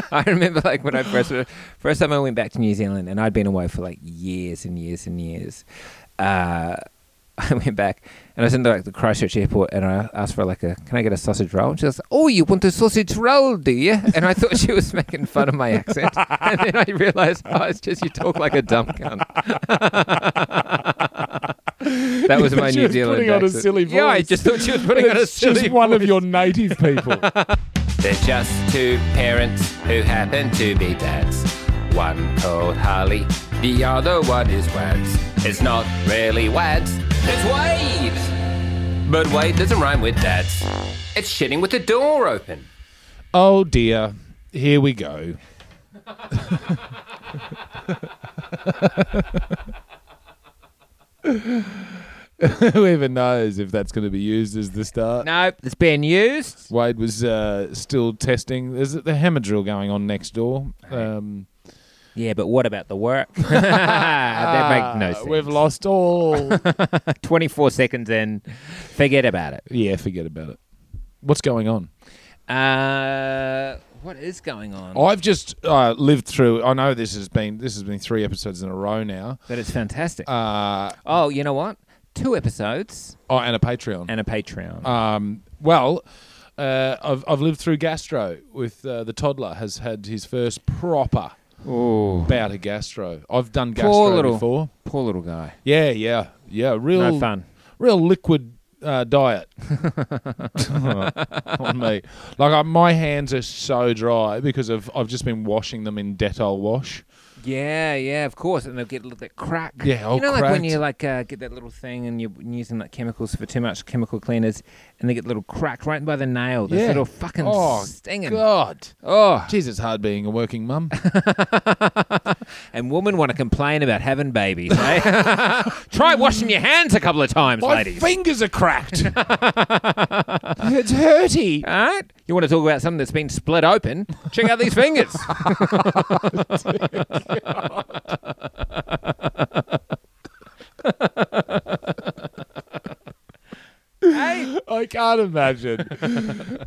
I remember like when I first first time I went back to New Zealand, and I'd been away for like years and years and years. Uh, I went back and I was in the, like the Christchurch airport, and I asked for like a, can I get a sausage roll? And she was, oh, you want a sausage roll, do you? And I thought she was making fun of my accent, and then I realised, oh, it's just you talk like a dumb cunt. that was my She New was Zealand putting on a accent. silly Yeah, I voice. just thought she was putting on a It's silly just one of your native people. They're just two parents who happen to be dads. One called Harley, the other one is Wads. It's not really Wads, it's Waves! But Wade doesn't rhyme with dads. It's shitting with the door open. oh dear, here we go. Who even knows if that's going to be used as the start? Nope, it's been used. Wade was uh, still testing. Is it the hammer drill going on next door? Um, Yeah, but what about the work? that ah, We've lost all. 24 seconds in, forget about it. yeah, forget about it. What's going on? Uh, what is going on? I've just uh, lived through. I know this has been this has been three episodes in a row now. But it's fantastic. Uh, oh, you know what? Two episodes oh, and a Patreon. and a Patreon. um, well, uh, I've I've lived through gastro. With uh, the toddler has had his first proper Ooh. bout of gastro. I've done Poor gastro little- before. Poor little guy. Yeah, yeah, yeah. Real No fun. real liquid uh, diet on me. Like I, my hands are so dry because of I've just been washing them in Dettol wash. Yeah, yeah, of course. And they'll get a little bit crack. Yeah, all You know, like when cracked. you like uh, get that little thing and you're using like chemicals for too much chemical cleaners and they get a little crack right by the nail. This Yeah. little fucking Oh, stinging. God. Oh, Jeez, it's hard being a working mum. and women want to complain about having babies. eh? Try washing your hands a couple of times, My ladies. fingers are cracked. it's hurty. All right. You want to talk about something that's been split open? Check out these fingers. hey. I can't imagine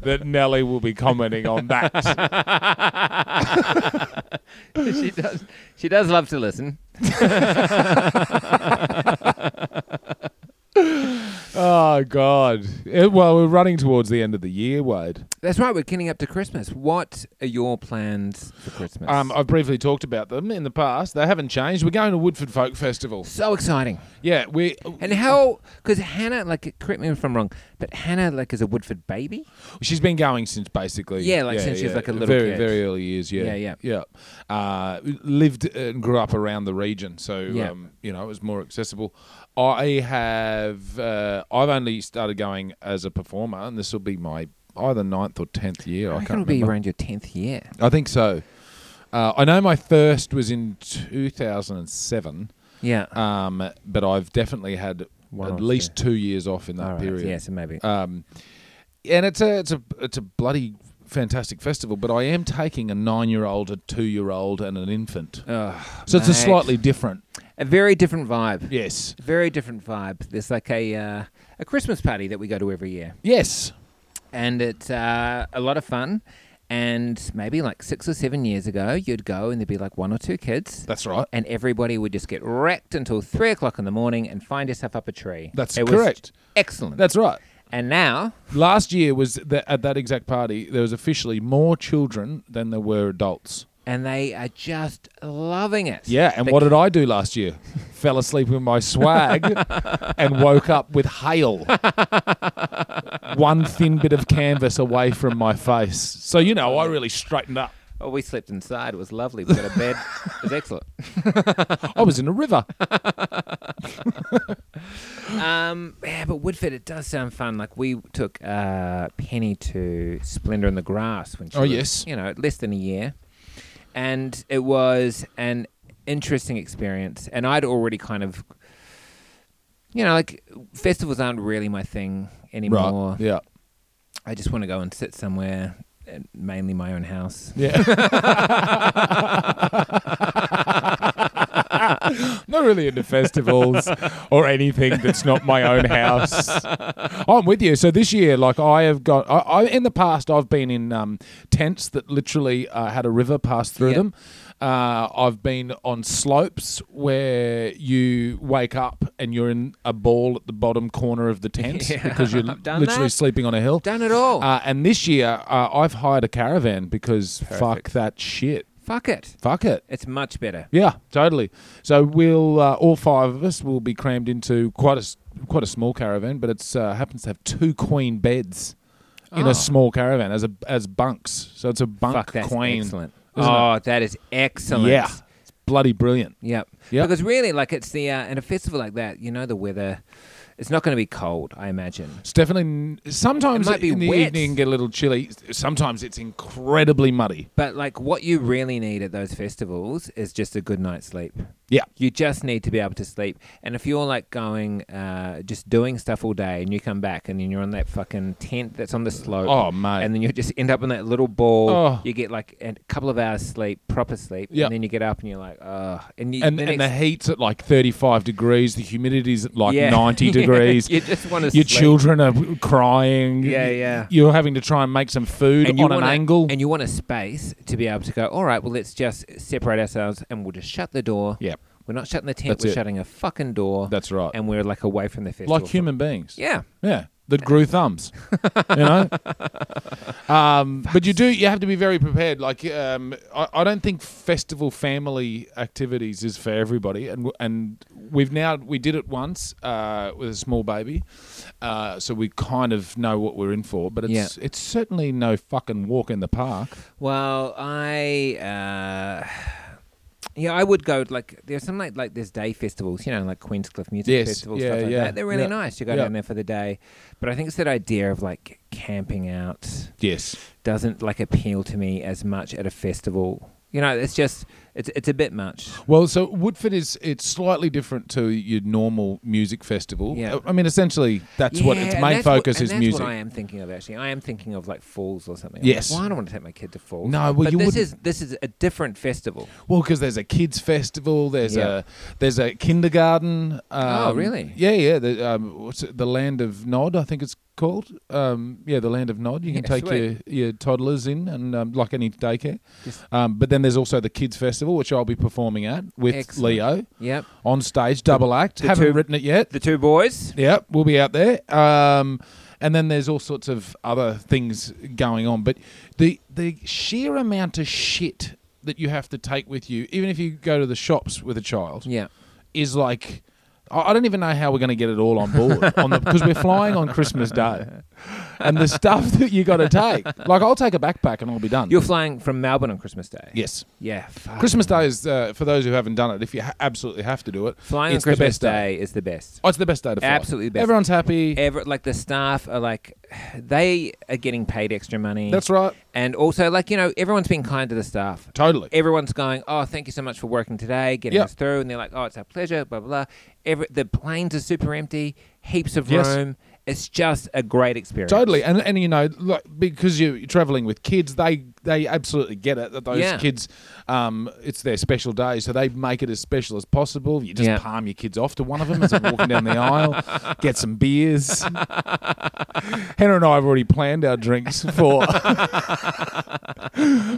that Nellie will be commenting on that. she does. She does love to listen. Oh God! Eh, well, we're running towards the end of the year, Wade. That's right. We're getting up to Christmas. What are your plans for Christmas? Um, I've briefly talked about them in the past. They haven't changed. We're going to Woodford Folk Festival. so exciting. Yeah, we. And how? Because Hannah, like, correct me if I'm wrong, but Hannah, like, is a Woodford baby. She's been going since basically. Yeah, like since she was like a little very kid. very early years. Yeah, Yeah, yeah, yeah. Uh, lived and grew up around the region, so Yeah. um, you know it was more accessible. I have. Uh, I've only started going as a performer, and this will be my either ninth or tenth year. I, I think can't it'll remember. be around your tenth year. I think so. Uh, I know my first was in 2007, Yeah. um, but I've definitely had One off, at least two years off in that All right, period. Yeah, so maybe. Um, and it's a it's a it's a bloody fantastic festival. But I am taking a nine-year-old, a two-year-old, and an infant. Ugh, So it's a mate. slightly different. a very different vibe. Yes. Very different vibe. There's like a uh, a Christmas party that we go to every year, Yes. and it's uh, a lot of fun. And maybe like six or seven years ago, you'd go and there'd be like one or two kids, That's right. and everybody would just get wrecked until three o'clock in the morning and find yourself up a tree. That's It was correct. excellent. That's right. and now Last year was the, at that exact party. There was officially more children than there were adults. and they are just loving it. Yeah. And The what did I do last year? Fell asleep with my swag and woke up with hail. One thin bit of canvas away from my face. So you know, I really straightened up. Oh, we slept inside. It was lovely. We got a bed. it was excellent. I was in a river. Um, yeah, but Woodford, it does sound fun. Like we took uh, Penny to Splendor in the Grass when she Oh, was, yes. you know, less than a year, and it was an interesting experience. And I'd already kind of, you know, like festivals aren't really my thing anymore. Yeah. I just want to go and sit somewhere, uh, mainly my own house. Yeah. no really into festivals or anything that's not my own house. I'm with you. So this year, like I have got, I, I in the past I've been in um, tents that literally uh, had a river pass through Yep. them. Uh, I've been on slopes where you wake up and you're in a ball at the bottom corner of the tent Yeah, because you're I've done literally that. sleeping on a hill. Done it all. Uh, and this year, uh, I've hired a caravan because fuck that shit. Fuck it. Fuck it. It's much better. Yeah, totally. So we'll uh, all five of us will be crammed into quite a s- quite a small caravan, but it's uh, happens to have two queen beds in Oh. a small caravan as a as bunks. So it's a bunk Fuck that's queen. excellent. isn't it? Oh, that is excellent. Yeah, it's bloody brilliant. Yep. Yep. Because really, like it's the uh, in a festival like that, you know, the weather, it's not going to be cold. I imagine. It's definitely n- sometimes It might be in the wet. evening it can get a little chilly. Sometimes it's incredibly muddy. But like, what you really need at those festivals is just a good night's sleep. Yeah. You just need to be able to sleep. And if you're like going, uh, just doing stuff all day, and you come back, and then you're on that fucking tent that's on the slope. Oh mate. And then you just end up in that little ball. Oh. You get like a couple of hours sleep, proper sleep, Yep. and then you get up and you're like, oh. And, you, and, the and the next- heat's at like 35 degrees, the humidity's at like Yeah. 90 Yeah, degrees. you just want to. Your sleep. children are crying. Yeah, yeah. You're having to try and make some food you on an want a- angle. And you want a space to be able to go, all right, well, let's just separate ourselves and we'll just shut the door. Yep. We're not shutting the tent, That's we're it. shutting a fucking door. That's right. and we're like away from the festival. Like human beings. Yeah. Yeah. That grew thumbs, you know. Um, but you do you have to be very prepared. Like um, I, I don't think festival family activities is for everybody, and w- and we've now we did it once uh, with a small baby, uh, so we kind of know what we're in for. But it's it's certainly no fucking walk in the park. Well, I. Uh, yeah, I would go like there's some like like there's day festivals, you know, like Queenscliff Music Yes, Festival, yeah, stuff like yeah, that. They're really yeah, nice. You go yeah. down there for the day, but I think it's that idea of like camping out. Yes, doesn't like appeal to me as much at a festival. You know, it's just it's it's a bit much. Well, so Woodford is it's slightly different to your normal music festival. Yeah. I mean, essentially that's what its and main that's what- focus and is that's music. What I am thinking of actually, I am thinking of like falls or something. I'm like, Yes. well, I don't want to take my kid to falls. No, well, but you this wouldn't- is this is a different festival. Well, because there's a kids festival, there's Yeah. a there's a kindergarten. Um, Oh, really? Yeah, yeah. The, um, what's it, the Land of Nod, I think it's called. Um, yeah, the Land of Nod. You can Yeah, take your your toddlers in and um, like any daycare. Just- Um, but then there's also the kids festival, which I'll be performing at with Excellent. Leo Yep. on stage, double act. the Haven't two- written it yet. The two boys. Yeah, we'll be out there. Um, and then there's all sorts of other things going on. But the the sheer amount of shit that you have to take with you, even if you go to the shops with a child, Yeah. is like I I don't even know how we're going to get it all on board on because we're flying on Christmas Day, and the stuff that you got to take. Like I'll take a backpack and I'll be done. You're flying from Melbourne on Christmas Day. yes, Yeah. fuck. Christmas Day is uh, for those who haven't done it. If you ha- absolutely have to do it, flying on it's the Christmas best day. is the best. oh, it's the best day to fly. Absolutely best. Everyone's happy. Ever like the staff are like, they are getting paid extra money. That's right. and also like you know everyone's been kind to the staff. Totally. everyone's going, oh, thank you so much for working today, getting Yeah. us through, and they're like, oh, it's our pleasure, blah blah. blah. Every, the planes are super empty, heaps of Yes. room. It's just a great experience. Totally, and and you know, like because you're traveling with kids, they they absolutely get it that those Yeah. kids, um, it's their special day, so they make it as special as possible. You just Yeah. palm your kids off to one of them as they're walking down the aisle, get some beers. Hannah and I have already planned our drinks for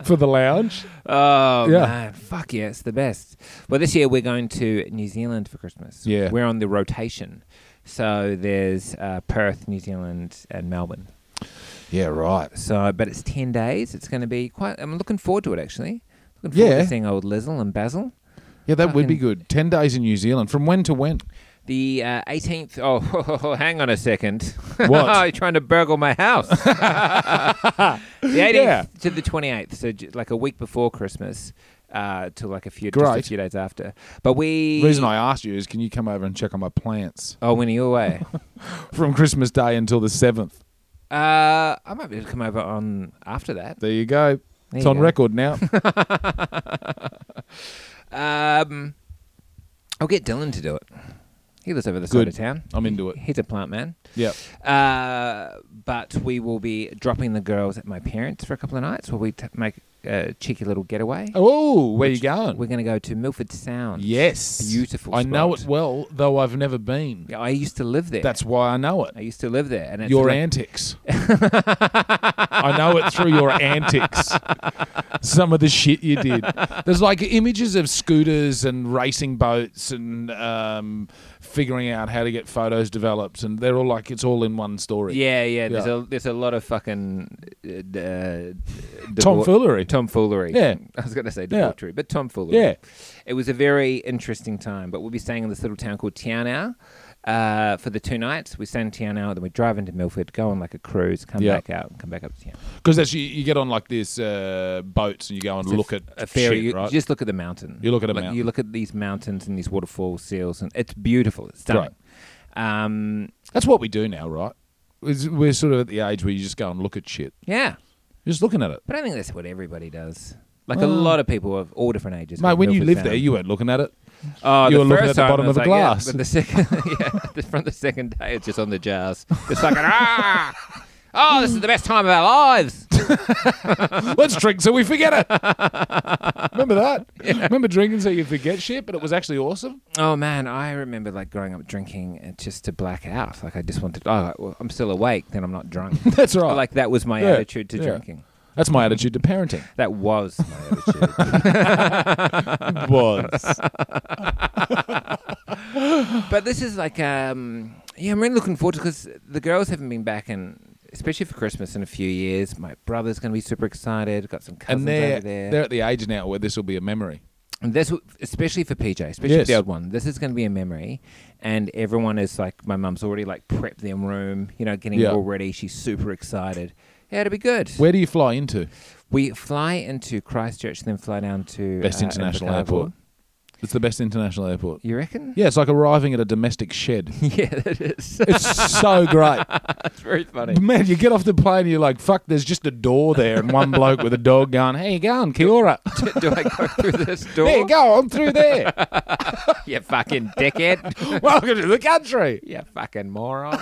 for the lounge. Oh Yeah. man, fuck yeah, it's the best. Well, this year we're going to New Zealand for Christmas. Yeah. we're on the rotation, so there's uh, Perth, New Zealand, and Melbourne. Yeah, right. So, but it's ten days. It's going to be quite. I'm looking forward to it actually. Looking forward Yeah. to seeing old Lizzle and Basil. Yeah, that would be Fucking- good. Ten days in New Zealand. From when to when? The uh, 18th. Oh, hang on a second. What? You're trying to burgle my house. the 18th Yeah. to the 28th, so j- like a week before Christmas, uh, to like a few just Great. a few days after. But we. The reason I asked you is, can you come over and check on my plants oh, when are you away? from Christmas Day until the seventh? uh, I might be able to come over on after that. There you go. There it's you on go. record now. Um, I'll get Dylan to do it. He lives over the Good. side of town. I'm into it. He's a plant man. Yeah. Uh, but we will be dropping the girls at my parents for a couple of nights while we t- make a cheeky little getaway. Oh, where Which- you going? We're going to go to Milford Sound. yes. Beautiful I know spot. it well, though I've never been. Yeah, I used to live there. That's why I know it. I used to live there, and it's your like- antics. I know it through your antics. Some of the shit you did. There's like images of scooters and racing boats and um, figuring out how to get photos developed, and they're all like it's all in one story. Yeah, yeah. There's Yeah. a there's a lot of fucking uh, d- uh, Tomfoolery. Tomfoolery. Yeah. I was going to say Yeah. debauchery, but tomfoolery. Yeah. It was a very interesting time, but we'll be staying in this little town called Tianao uh, for the two nights. We stay in Tianao, then we drive into Milford, go on like a cruise, come Yeah. back out, come back up to Tianao. Because that's you, you get on like this uh, boats and you go and It's a look f- at a ferry. shit, you, right? Just look at the mountain. You look at a mountain. You look at these mountains and these waterfall seals, and it's beautiful. It's stunning. Um, that's what we do now, right? Is- We're sort of at the age where you just go and look at shit, yeah, just looking at it. but I think that's what everybody does. Like a Well- lot of people of all different ages. Mate, go when you Milford lived Sound. there, you weren't looking at it. oh, you the were looking first at the time, bottom I of was like, the yeah, glass. but the second, yeah, the- from the second day, it's just on the jars. It's fucking ah. Oh, this is the best time of our lives. Let's drink so we forget it. Remember that? Remember drinking so you forget shit, but it was actually awesome. Oh man, I remember like growing up drinking uh, just to black out. Like I just wanted. Oh, like, well, I'm still awake, then I'm not drunk. That's right. Like that was my Yeah, attitude to yeah. drinking. That's my attitude to parenting. That was my attitude. was. but this is like, um, yeah, I'm really looking forward to because the girls haven't been back and especially for Christmas in a few years. My brother's going to be super excited. Got some cousins And they're over there. they're at the age now where this will be a memory. And this, w- especially for PJ, especially Yes. the old one, this is going to be a memory. And everyone is like, my mum's already like prepped their room, you know, getting Yeah. it all ready. She's super excited. Yeah, it'll be good. Where do you fly into? we fly into Christchurch, then fly down to Best international Invercargill. airport. It's the best international airport. You reckon? Yeah, it's like arriving at a domestic shed. Yeah, that is. It's so great. That's very funny. Man, you get off the plane and you're like, fuck, there's just a door there and one bloke with a dog going, Hey you going, Kia ora. Do I go through this door? There you go, I'm through there. You fucking dickhead. Welcome to the country. You fucking moron.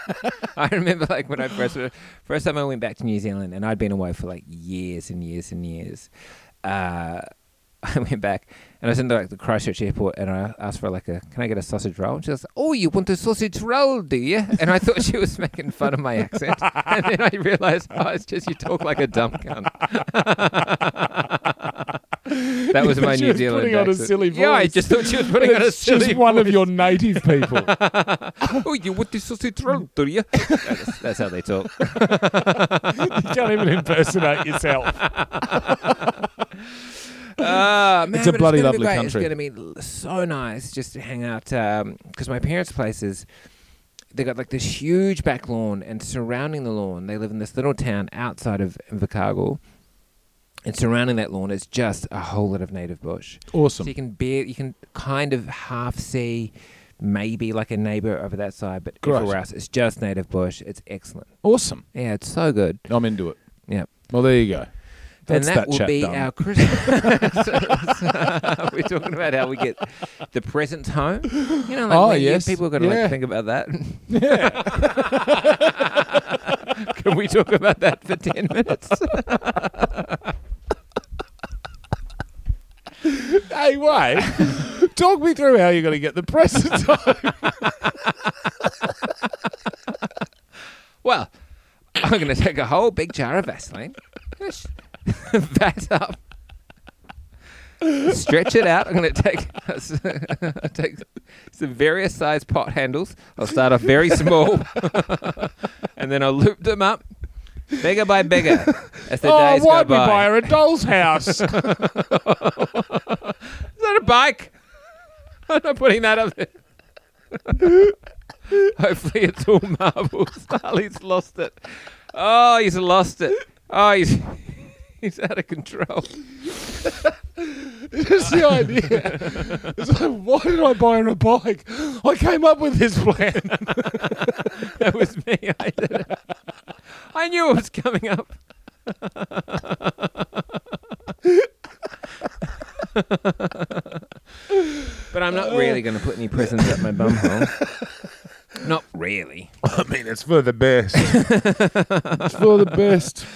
I remember like when I first first time I went back to New Zealand and I'd been away for like years and years and years. Uh, I went back and I was in like the Christchurch airport and I asked for like a can I get a sausage roll? And she goes, Oh, you want a sausage roll, do you? And I thought she was making fun of my accent. And then I realized, oh, it's just you talk like a dumb cunt. that was You thought my she New was Zealand putting on a accent. silly Yeah, I voice. just thought she was putting on a It's silly just one of your native people. Oh, you want this sausage roll, do you? that's, that's how they talk. you can't even impersonate yourself. Uh, man, It's a but bloody gonna be lovely great. country. It's going to be l- so nice just to hang out because my parents' place is. They got like this huge back lawn, and surrounding the lawn, they live in this little town outside of Invercargill. And surrounding that lawn is just a whole lot of native bush. So Awesome. you can bear, you can kind of half see, maybe like a neighbor over that side, but Great. everywhere else, it's just native bush. It's excellent. Awesome. Yeah, it's so good. I'm into it. Yeah. Well, there you go. That's and that, will chat be done. our Christmas. We're talking about how we get the presents home. You know, like Oh, we- you- yes. people are going to Yeah. like think about that. Can we talk about that for ten minutes? Hey, wait. Talk me through how you're going to get the presents. well, I'm going to take a whole big jar of Vaseline, just vat up, stretch it out. I'm going to take I'll take some various size pot handles. I'll start off very small, and then I'll loop them up, bigger by bigger, as the oh, days go why'd we by. buy her a doll's house? Is that a bike? I'm not putting that up there. Hopefully, it's all marbles. Harley's lost it. Oh, he's lost it. Oh, he's he's out of control. That's the idea. It's like, why did I buy her a bike? I came up with this plan. That was me. I did it. I knew it was coming up. but I'm not really going to put any presents up my bumhole. Not really. I mean, it's for the best. it's for the best.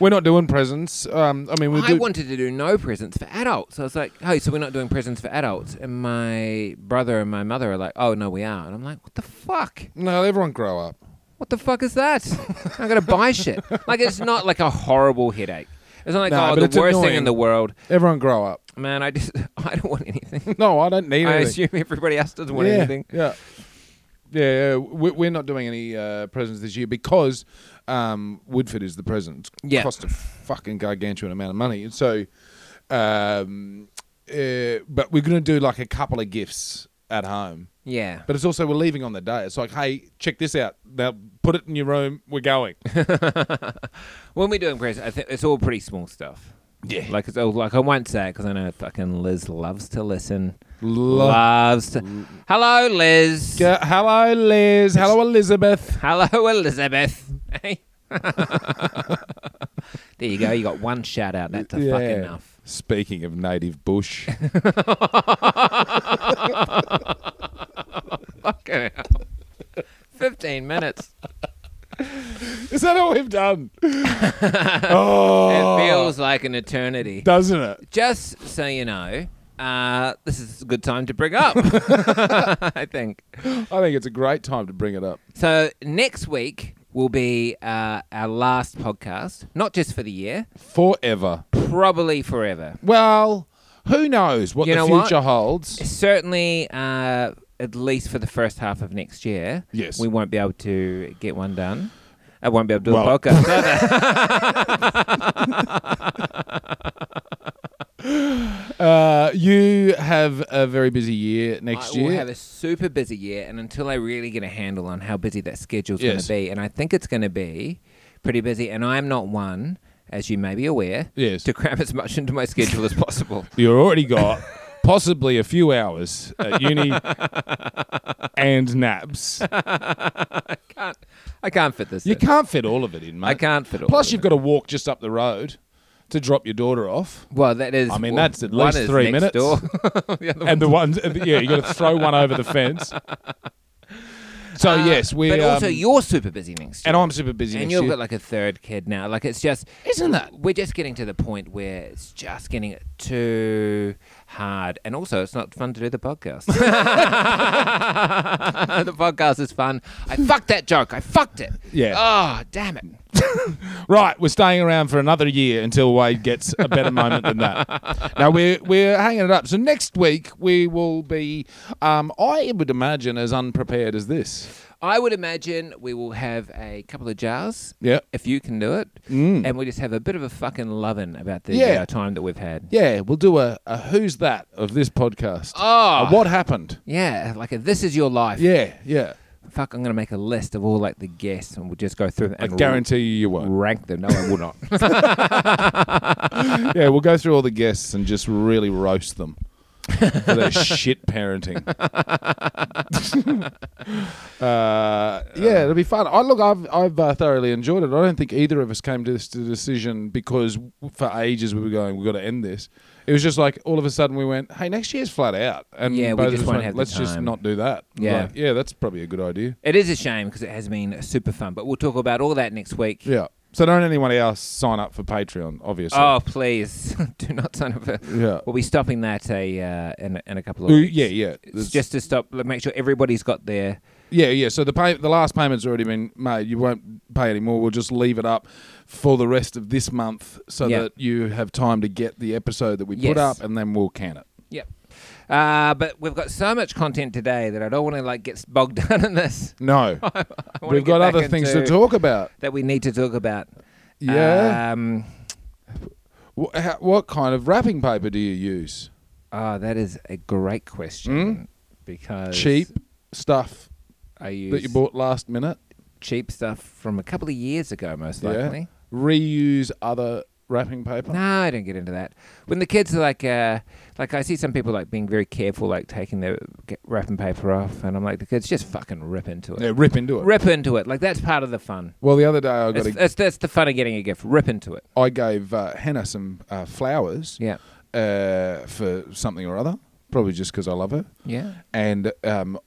We're not doing presents. Um, I mean, we I do. wanted to do no presents for adults. I was like, oh, so we're not doing presents for adults. And my brother and my mother are like, oh, no, we are. And I'm like, what the fuck? no, everyone grow up. What the fuck is that? I'm going to buy shit. Like, it's not like a horrible headache. It's not like, Nah, oh, but the it's worst thing annoying. in the world. Everyone grow up. Man, I just, I don't want anything. No, I don't need I anything. assume everybody else doesn't want yeah, anything. Yeah. Yeah, yeah. We- we're not doing any uh, presents this year because um, Woodford is the present. It's Yeah. cost a fucking gargantuan amount of money, and so, um, uh, but we're going to do like a couple of gifts at home. Yeah. But it's also we're leaving on the day. It's like, hey, check this out. Now put it in your room. We're going. When we're doing presents, I think it's all pretty small stuff. Yeah, Like, it's all, like I won't say it because I know fucking Liz loves to listen. Lo- loves to. Hello, Liz. G- Hello, Liz. Hello, Elizabeth. Hello, Elizabeth. Hey. there you go. You got one shout out. That's a fuck Yeah. enough. Speaking of native bush, Fucking hell. 15 minutes. is that all we've done? oh, It feels like an eternity. doesn't it? Just so you know, uh, this is a good time to bring up, I think. I think it's a great time to bring it up. So, next week will be uh, our last podcast, not just for the year, Forever. probably forever. Well, who knows what You the know what? future holds? Certainly, uh, at least for the first half of next year, Yes. we won't be able to get one done. I won't be able to do Well- a podcast either. Uh, you have a very busy year next I will year. have a super busy year, and until I really get a handle on how busy that schedule's Yes. going to be, and I think it's going to be pretty busy, and I'm not one, as you may be aware, yes. to cram as much into my schedule as possible. You've already got possibly a few hours at uni and naps. I can't fit this You in. can't fit all of it in, mate. I can't fit all. Plus, of you've it. got to walk just up the road to drop your daughter off. Well, that is. I mean, well, that's at one least is three next minutes. door. the other And the ones, and the- yeah, you got to throw one over the fence. So Uh, yes, we. But also, um, you're super busy next year. and I'm super busy. and next you've year. got like a third kid now. Like it's just Isn't that- We're just getting to the point where it's just getting too hard, and also it's not fun to do the podcast. the podcast is fun. I fucked that joke. I fucked it. Yeah. Oh damn it. Right, we're staying around for another year until Wade gets a better moment than that. Now we're we're hanging it up. So next week we will be, um, I would imagine, as unprepared as this. I would imagine we will have a couple of jars. Yeah, If you can do it, Mm. and we just have a bit of a fucking lovin' about the Yeah. uh, time that we've had. yeah. We'll do a, a who's that of this podcast. Oh, A what happened? yeah, like a, this is your life. Yeah, yeah. Fuck, I'm gonna make a list of all like the guests, and we'll just go through them I and guarantee you, you won't. rank them. No, I will not. yeah, we'll go through all the guests and just really roast them for their shit parenting. uh, yeah, it'll be fun. I look, I've I've uh, thoroughly enjoyed it. I don't think either of us came to this to decision because for ages we were going, we've got to end this. It was just like all of a sudden we went, hey, next year's flat out, and Yeah, we both of just us won't went, have the let's just time. not do that. Yeah. Like, yeah, that's probably a good idea. it is a shame because it has been super fun, but we'll talk about all that next week. Yeah. So don't anyone else sign up for Patreon, obviously. Oh, please do not sign up. For... yeah. We'll be stopping that a uh, in a- in a couple of Ooh, weeks. yeah, yeah. It's There's- just to stop, like, make sure everybody's got their. Yeah, yeah. So the pay, the last payment's already been made. You won't pay anymore. We'll just leave it up for the rest of this month, so Yeah. that you have time to get the episode that we Yes. put up, and then we'll can it. Yep. Uh, but we've got so much content today that I don't want to like get bogged down in this. No, I wanna we've get got back other things to into- talk about. that we need to talk about. Yeah. Um, Wh- how- what kind of wrapping paper do you use? oh, that is a great question because Hmm? Cheap stuff I use that you bought last minute. cheap stuff from a couple of years ago, most Yeah. likely. Reuse other wrapping paper. No, I don't get into that. When the kids are like, uh, like I see some people like being very careful, like taking their g- wrapping paper off, and I'm like, the kids just fucking rip into it. Yeah, rip into it. Rip into it. Like that's part of the fun. Well, the other day I got It's, a, it's, that's the fun of getting a gift. Rip into it. I gave uh, Hannah some uh, flowers Yeah. uh, for something or other. Probably just because I love her. Yeah. and um,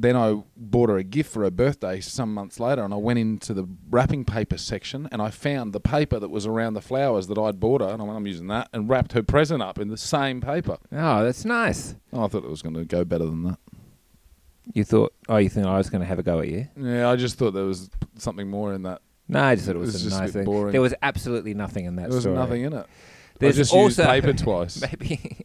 then I bought her a gift for her birthday some months later, and I went into the wrapping paper section and I found the paper that was around the flowers that I'd bought her, and I went, I'm using that, and wrapped her present up in the same paper. Oh, that's nice. Oh, I thought it was going to go better than that. You thought, oh, you think I was going to have a go at you? Yeah, I just thought there was something more in that. No, I just thought it It was, was a just a nice bit thing. boring. There was absolutely nothing in that There was story. nothing in it. There's I just also- used paper twice. Maybe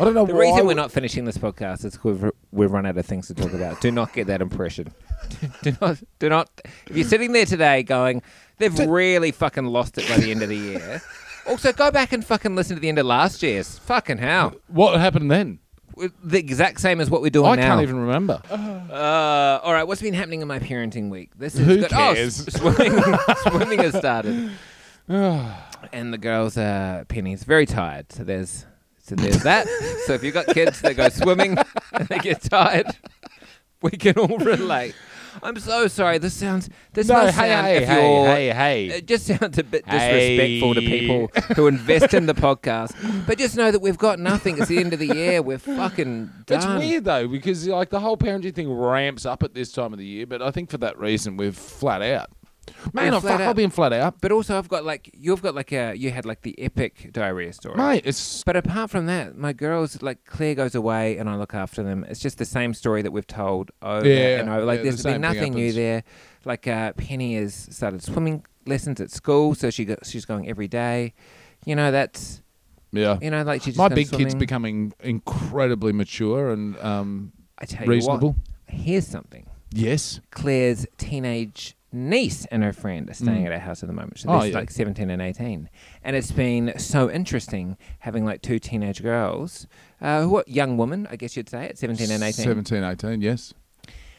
I don't know the why. reason we- we're not finishing this podcast is 'cause we've we've run out of things to talk about. Do not get that impression. do not, do not. If you're sitting there today going, they've really fucking lost it by the end of the year. Also, go back and fucking listen to the end of last year's. Fucking hell, What happened then? the exact same as what we're doing I now. can't even remember. Uh, all right, what's been happening in my parenting week? This is Who good. Oh, cares? s- swimming, swimming has started, and the girls are pennies very tired. So there's so there's that. so if you've got kids, they go swimming and they get tired. We can all relate. I'm so sorry. This sounds this no, hey, must sound hey, hey, if you're uh, hey, hey, it just sounds a bit disrespectful to people who invest in the podcast. But just know that we've got nothing. It's the end of the year. We're fucking done. It's weird though because like the whole parenting thing ramps up at this time of the year, but I think for that reason we're flat out. Man, We're I flat fuck, out. I've been flat out, But also, I've got like you've got like a you had like the epic diarrhea story. mate. It's But apart from that, my girls like Claire goes away and I look after them. It's just the same story that we've told over Yeah, and over. Like yeah, there's the been same thing nothing new happens. there. Like uh, Penny has started swimming lessons at school, so she go, she's going every day. You know that's yeah. you know like she's just My gone big kid's swimming. becoming incredibly mature and um, I tell you reasonable. What, here's something. Yes, Claire's teenage niece and her friend are staying Mm. at our house at the moment. So Oh, they're yeah. like 17 and 18. And it's been so interesting having like two teenage girls, uh, who are young women, I guess you'd say, at 17 and 18, 17, 18, Yes,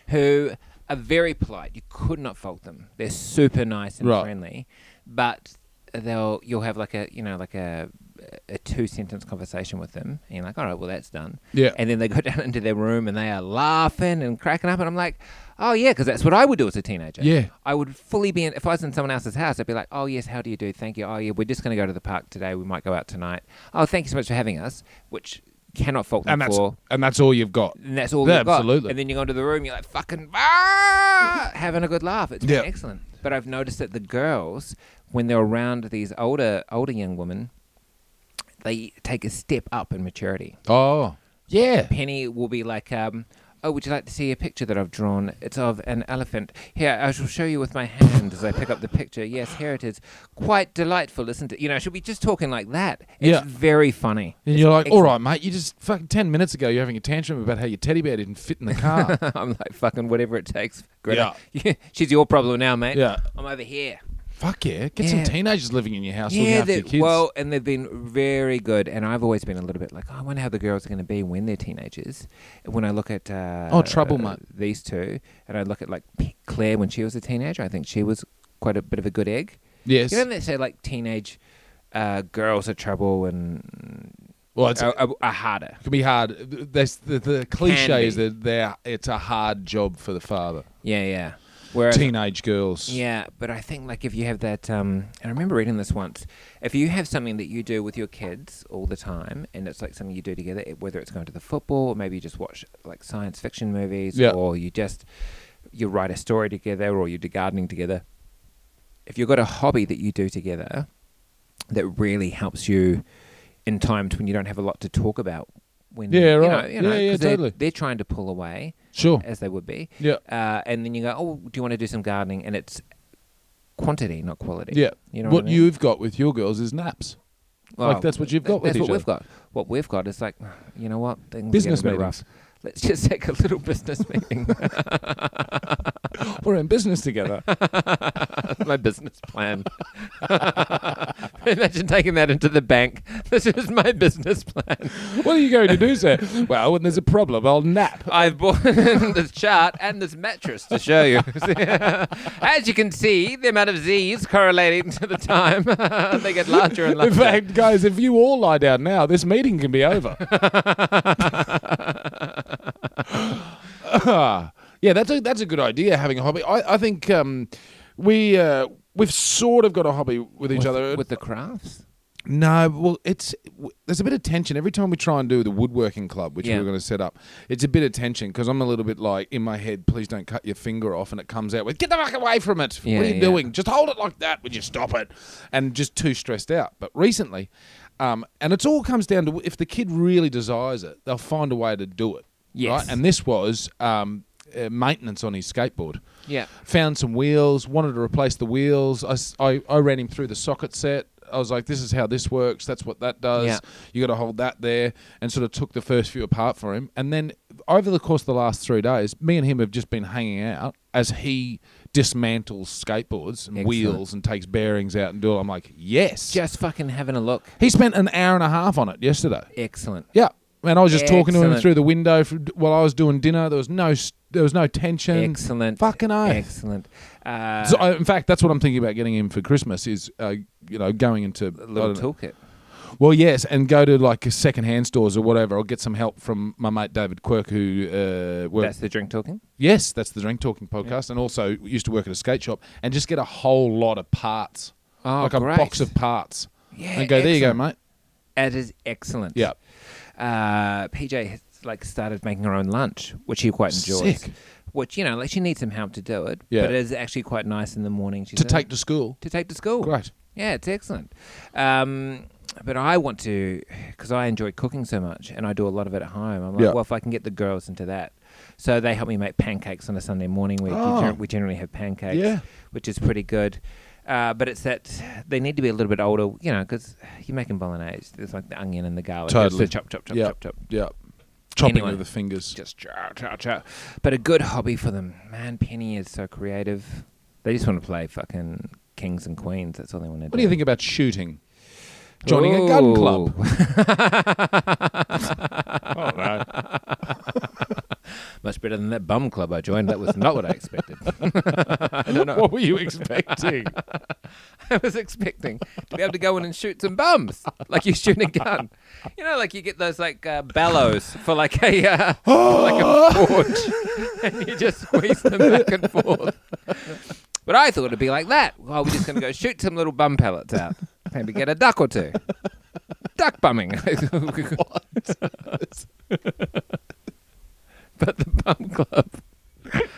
who are very polite. You could not fault them. They're super nice and Right. friendly. But they'll you'll have like a, you know, like a, a two sentence conversation with them. And you're like, all right, well, that's done. yeah. And then they go down into their room and they are laughing and cracking up. And I'm like, oh, yeah, because that's what I would do as a teenager. Yeah. I would fully be in, if I was in someone else's house, I'd be like, oh, yes, how do you do? Thank you. Oh, yeah, we're just going to go to the park today. We might go out tonight. Oh, thank you so much for having us, which cannot fault them and that's for. and that's all you've got. And that's all Yeah, you've got. absolutely. And then you go into the room, you're like, fucking, ah, having a good laugh. It's Yeah. been excellent. But I've noticed that the girls, when they're around these older, older young women, they take a step up in maturity. Oh, yeah. Penny will be like, um, "Oh, would you like to see a picture that I've drawn? It's of an elephant. Here, I shall show you with my hand as I pick up the picture. Yes, here it is. Quite delightful, isn't it? You know, she'll be just talking like that. It's Yeah. very funny. And you're like, all right, mate. You just fucking ten minutes ago, you're having a tantrum about how your teddy bear didn't fit in the car. I'm like, fucking whatever it takes. Greta. Yeah. She's your problem now, mate. Yeah. I'm over here. Fuck yeah! Get some Yeah. teenagers living in your house looking yeah, after they- your kids. well, and they've been very good. And I've always been a little bit like, oh, I wonder how the girls are going to be when they're teenagers. And When I look at uh, Oh, trouble, mate. these two, and I look at like P- Claire when she was a teenager, I think she was quite a bit of a good egg. yes. You know, they say like teenage uh, girls are trouble and well, it's, are, are, are harder. It can be hard. That's the, the cliche is be. that they're, it's a hard job for the father. Yeah, yeah. Whereas Teenage girls. Yeah, but I think like if you have that, um, I remember reading this once. If you have something that you do with your kids all the time, and it's like something you do together, it, whether it's going to the football, or maybe you just watch like science fiction movies, Yeah. or you just you write a story together, or you do gardening together. If you've got a hobby that you do together, that really helps you in times when you don't have a lot to talk about. When Yeah, you right. Know, you know, Yeah, yeah, 'cause they're- totally. They're trying to pull away Sure. as they would be. Yeah. Uh, and then you go, oh, do you want to do some gardening? And it's quantity, not quality. Yeah. You know what what, I mean? you've got with your girls is naps. Well, like, that's what you've got with That's each what we've got. What we've got is like, you know what? Things are Business getting a bit meetings. rough. Let's just take a little business meeting. We're in business together. My business plan. Imagine taking that into the bank. This is my business plan. what are you going to do, sir? Well, when there's a problem, I'll nap. I've bought this chart and this mattress to show you. As you can see, the amount of Z's correlating to the time they get larger and larger. In fact, guys, if you all lie down now, this meeting can be over. Ah, yeah, that's a that's a good idea. Having a hobby, I, I think um, we uh, we've sort of got a hobby with each with, other. with the crafts. No, well, it's w- there's a bit of tension every time we try and do the woodworking club, which Yeah. we were going to set up. It's a bit of tension because I'm a little bit like in my head, please don't cut your finger off, and it comes out with get the fuck away from it. Yeah, what are you yeah. doing? Just hold it like that. Would you stop it? And just too stressed out. But recently, um, and it's all comes down to if the kid really desires it, they'll find a way to do it. Yes. And this was um, uh, maintenance on his skateboard Yeah. found some wheels, wanted to replace the wheels. I, s- I- I ran him through the socket set. I was like, this is how this works. That's what that does. Yeah. You got to hold that there. And sort of took the first few apart for him. And then over the course of the last three days, me and him have just been hanging out as he dismantles skateboards and Excellent. wheels and takes bearings out and do it. I'm like, yes. Just fucking having a look. He spent an hour and a half on it yesterday. Excellent. Yeah. And I was just talking to him Excellent. through the window for, while I was doing dinner. There was no s- there was no tension. Excellent. Fucking oath. Excellent. Uh, So, I, in fact, that's what I'm thinking about getting him for Christmas is, uh, you know, going into a I little don't know. toolkit. Well, yes, and go to like a secondhand stores or whatever. I'll get some help from my mate David Quirk, who uh, works. That's the drink talking. yes, that's the Drink Talking podcast, and also used to work at a skate shop, and just get a whole lot of parts, Oh, like a great. box of parts, Yeah, and go there you go, excellent. mate. It is excellent. Yeah. Uh, PJ has like started making her own lunch, which she quite enjoys. Sick. Which you know, like she needs some help to do it. Yeah. But it is actually quite nice in the morning. She's To like, take to school. to take to school. Great. Yeah, it's excellent. Um, but I want to, because I enjoy cooking so much, and I do a lot of it at home. I'm like, Yeah. well, if I can get the girls into that, so they help me make pancakes on a Sunday morning. We Oh. we, gen- we generally have pancakes, Yeah. which is pretty good. Uh, but it's that they need to be a little bit older, you know, because you're making bolognese. There's like the onion and the garlic. It's Totally. the chop, chop, chop, Yeah. chop, chop. Yeah, chopping Anyway. with the fingers. Just chow, chow, chow. But a good hobby for them. Man, Penny is so creative. They just want to play fucking kings and queens. That's all they want to do. What do you think about shooting? Joining a gun Ooh. club. Much better than that bum club I joined. That was not what I expected. I don't know. What were you expecting? I was expecting to be able to go in and shoot some bums, like you shoot a gun. You know, like you get those like uh, bellows for like a uh, for like a forge, and you just squeeze them back and forth. But I thought it'd be like that. Well, we're just going to go shoot some little bum pellets out, maybe get a duck or two. Duck bumming. but the bum club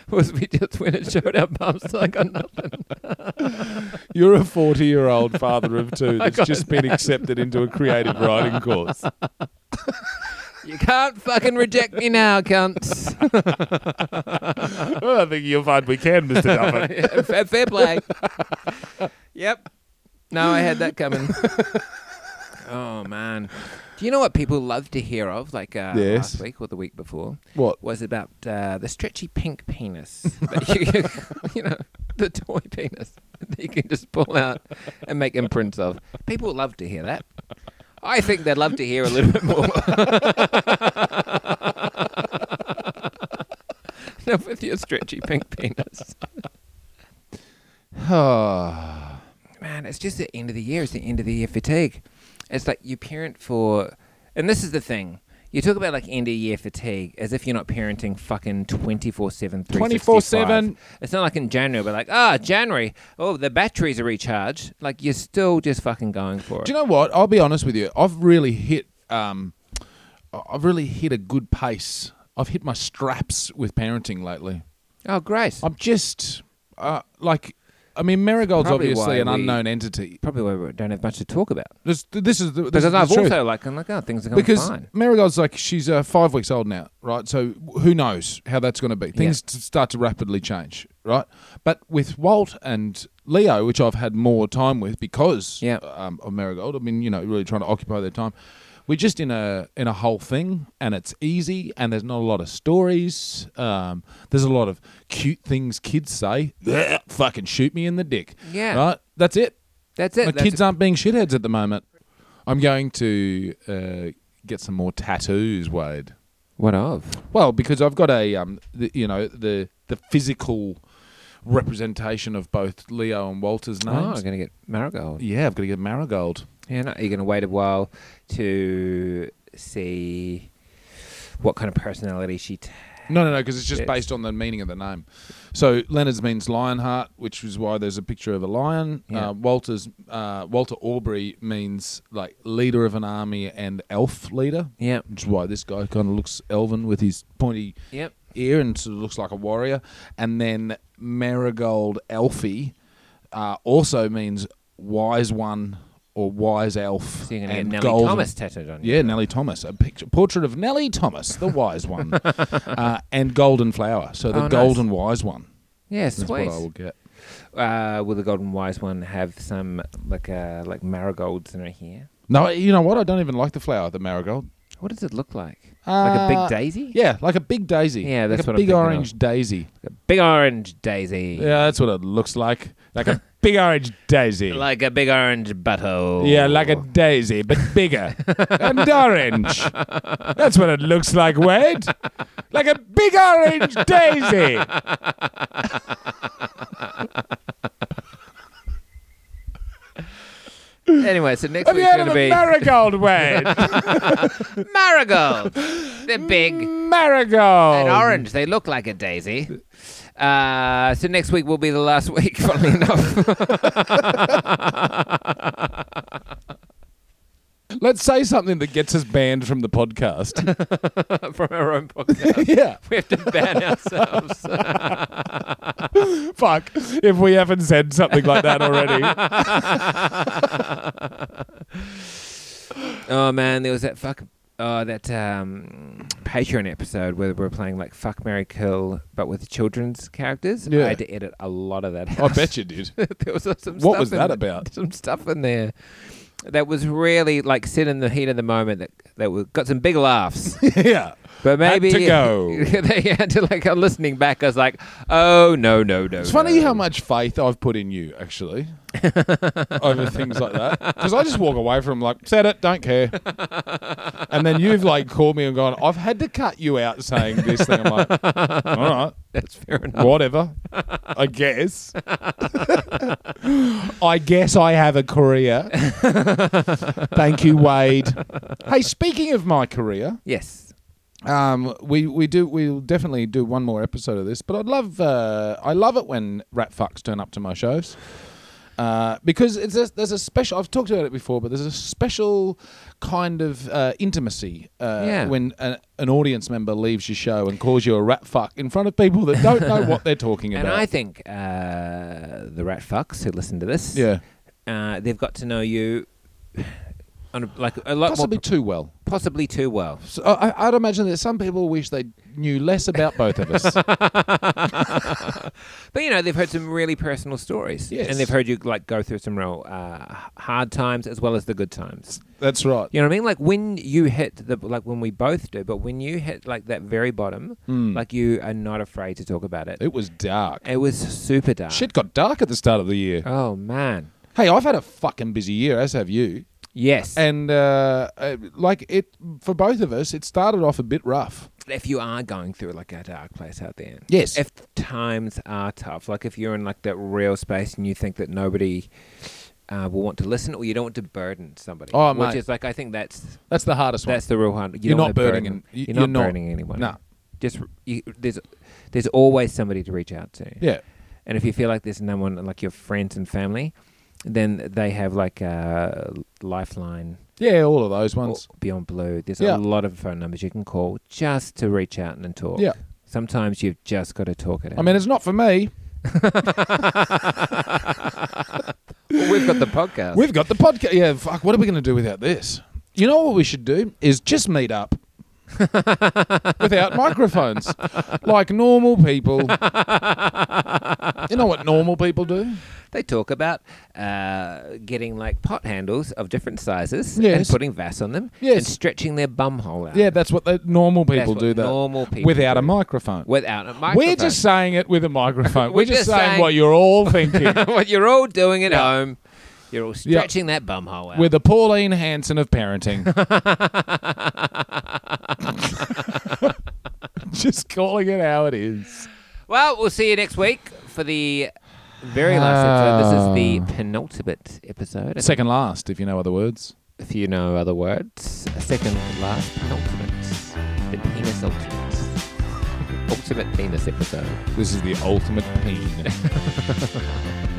was we just went and showed our bums so I got nothing. You're a 40 year old father of two that's got just been accepted into a creative writing course. You can't fucking reject me now, cunts. Oh, I think you'll find we can, Mr. Duffin. Yeah, fair, fair play. yep. No, I had that coming. oh man. Do you know what people love to hear of, like uh, Yes. last week or the week before, What? was about uh, the stretchy pink penis. that you, you know, the toy penis that you can just pull out and make imprints of. People love to hear that. I think they'd love to hear a little bit more. Now, with your stretchy pink penis. man, it's just the end of the year. It's the end of the year fatigue. It's like you parent for, and this is the thing. You talk about like end of year fatigue as if you're not parenting fucking 24 7, 24/7. It's not like in January, but like, ah, January, oh, the batteries are recharged. Like, you're still just fucking going for it. Do you know what? I'll be honest with you. I've really hit. Um, I- I've really hit a good pace. I've hit my straps with parenting lately. oh, great. I'm just uh, like, I mean, Marigold's Probably obviously why an we- unknown entity. Probably why we don't have much to talk about. This, this is the this Because is the I've truth. also, like, I'm like, oh, things are going because fine. Marigold's like she's uh, five weeks old now, right? So who knows how that's going to be? Things t- start to rapidly change, right? But with Walt and Leo, which I've had more time with because Yeah. um, of Marigold, I mean, you know, really trying to occupy their time. We're just in a in a whole thing, and it's easy, and there's not a lot of stories. Um, there's a lot of cute things kids say. "Bleh, Fucking shoot me in the dick. Yeah. right. That's it. That's it. My That's kids aren't being shitheads at the moment. I'm going to uh, get some more tattoos, Wade. What of? Well, because I've got a, um, the, you know, the the physical representation of both Leo and Walter's Oh, I'm names. going to get marigold. Yeah, I've got to get Marigold. Yeah, no, you're going to wait a while to see what kind of personality she No, no, no, because it's just Yes. based on the meaning of the name. So Leonard's means Lionheart, which is why there's a picture of a lion. Yeah. Uh, Walter's uh, Walter Aubrey means like leader of an army and elf leader, Yep. which is why this guy kind of looks elven with his pointy Yep. ear and sort of looks like a warrior. And then Marigold Elfie uh, also means wise one or wise elf. So you're going to get and Nellie golden- Thomas tattooed on you. yeah, Nellie Thomas. A picture, portrait of Nellie Thomas, the wise one, uh, and Golden Flower. So the Oh, nice. Golden Wise One. Yeah, That's sweet. what I will get. Uh, will the golden wise one have some like uh, like marigolds in her hair? No, you know what? I don't even like the flower, the marigold. What does it look like? like a Uh, big daisy? Yeah, like a big daisy. Yeah, that's like a what I'm big thinking orange daisy. Like a big orange daisy. Yeah, that's what it looks like. Like a big orange daisy. Like a big orange butthole. yeah, like a daisy, but bigger and orange. That's what it looks like, Wade. Like a big orange daisy. Anyway, so next Have you week's heard going of to a be marigold, Wade? marigolds. They're Mm. big. Marigold. and orange. They look like a daisy. Uh, so next week will be the last week, funnily enough. Let's say something that gets us banned from the podcast. from our own podcast. yeah. We have to ban ourselves. Fuck. If we haven't said something like that already. oh man, there was that fuck. Oh, that um, Patreon episode where we were playing like Fuck Mary Kill, but with children's characters. Yeah. I had to edit a lot of that. I out. bet you did. there was some stuff What was in that there- about? Some stuff in there that was really like said in the heat of the moment that that was, got some big laughs. yeah. But Had maybe to go. they had to like I'm listening back. I was like, oh no no no. It's funny no. how much faith I've put in you, actually, over things like that. Because I just walk away from like, said it, don't care. And then you've like called me and gone, I've had to cut you out saying this thing. I'm like, all right. that's fair enough. Whatever. I guess. I guess I have a career. Thank you, Wade. Hey, speaking of my career, Yes. um, we, we do we'll definitely do one more episode of this, but I'd love uh, I love it when rat fucks turn up to my shows. Uh, because it's a, there's a special I've talked about it before, but there's a special kind of uh, intimacy uh, Yeah. when a, an audience member leaves your show and calls you a rat fuck in front of people that don't know what they're talking And about. I think uh, the rat fucks who listen to this, yeah, uh, they've got to know you, on a, like a lot possibly more, too well. possibly too well. So I, I'd imagine that some people wish they knew less about both of us. But you know, they've heard some really personal stories, Yes. and they've heard you like go through some real uh, h- hard times as well as the good times. That's right. You know what I mean? Like when you hit the like when we both do, but when you hit like that very bottom, Mm. like you are not afraid to talk about it. It was dark. It was super dark. Shit got dark at the start of the year. Oh man. Hey, I've had a fucking busy year, as have you. Yes. And uh, uh, like it for both of us, it started off a bit rough. if you are going through like a dark place out there, Yes. if times are tough, like if you're in like that real space and you think that nobody uh, will want to listen or you don't want to burden somebody, Oh, which mate. is like I think that's That's the hardest that's the real hard. You You're don't not wanna burdening burden- an- y- you're, you're not not. burdening anyone. No. Just r- you, there's there's always somebody to reach out to. one. Yeah. And if you feel like there's no one, like your friends and family, then they have like a lifeline Yeah, all of those or ones. beyond blue. There's Oh, Yeah. a lot of phone numbers you can call just to reach out and talk. Yeah. Sometimes you've just got to talk it out. I mean, it's not for me. Well, we've got the podcast. We've got the podcast. Yeah, fuck, what are we going to do without this? You know what we should do is just meet up without microphones like normal people. You know what normal people do? they talk about uh, getting like pot handles of different sizes and Yes. putting Vass on them Yes. and stretching their bum hole out. Yeah, that's what the normal That's people what do that Normal people without a do. microphone. Without a microphone. We're just saying it with a microphone. We're, We're just, just saying, saying- what you're all thinking what you're all doing at Yeah. home. You're all Yeah. stretching that bum hole out. with the Pauline Hanson of parenting. just calling it how it is. Well, we'll see you next week for the very last episode. This Ah. is the penultimate episode. I Second last, if you know other words. if you know other words. Second last penultimate. The penis ultimate. ultimate penis episode. This is the ultimate pain.